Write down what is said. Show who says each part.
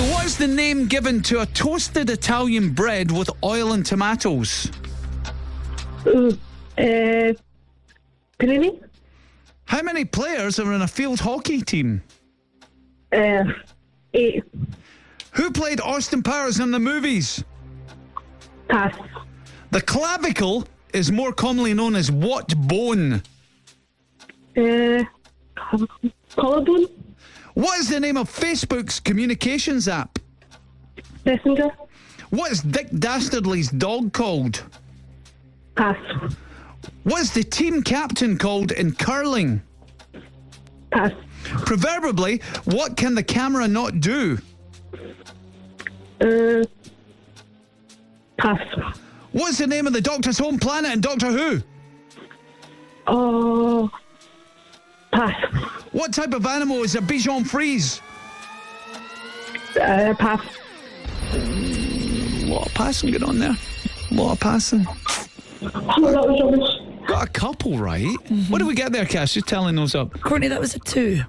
Speaker 1: is the name given to a toasted Italian bread with oil and tomatoes?
Speaker 2: Ooh, uh, panini?
Speaker 1: How many players are in a field hockey team?
Speaker 2: Uh, eight.
Speaker 1: Who played Austin Powers in the movies?
Speaker 2: Pass.
Speaker 1: The clavicle is more commonly known as what bone?
Speaker 2: Uh, collarbone?
Speaker 1: What is the name of Facebook's communications app?
Speaker 2: Messenger?
Speaker 1: What is Dick Dastardly's dog called?
Speaker 2: Pass.
Speaker 1: What is the team captain called in curling?
Speaker 2: Pass.
Speaker 1: Proverbially, what can the camera not do?
Speaker 2: Uh, pass.
Speaker 1: What's the name of the Doctor's home planet in Doctor Who?
Speaker 2: Oh, pass.
Speaker 1: What type of animal is a Bichon Frise?
Speaker 2: Uh, pass.
Speaker 1: A lot of passing going on there. A lot of passing.
Speaker 2: Oh, that was rubbish.
Speaker 1: Got a couple right. What did we get there, Cass? Just telling those up.
Speaker 3: Courtney, that was a two.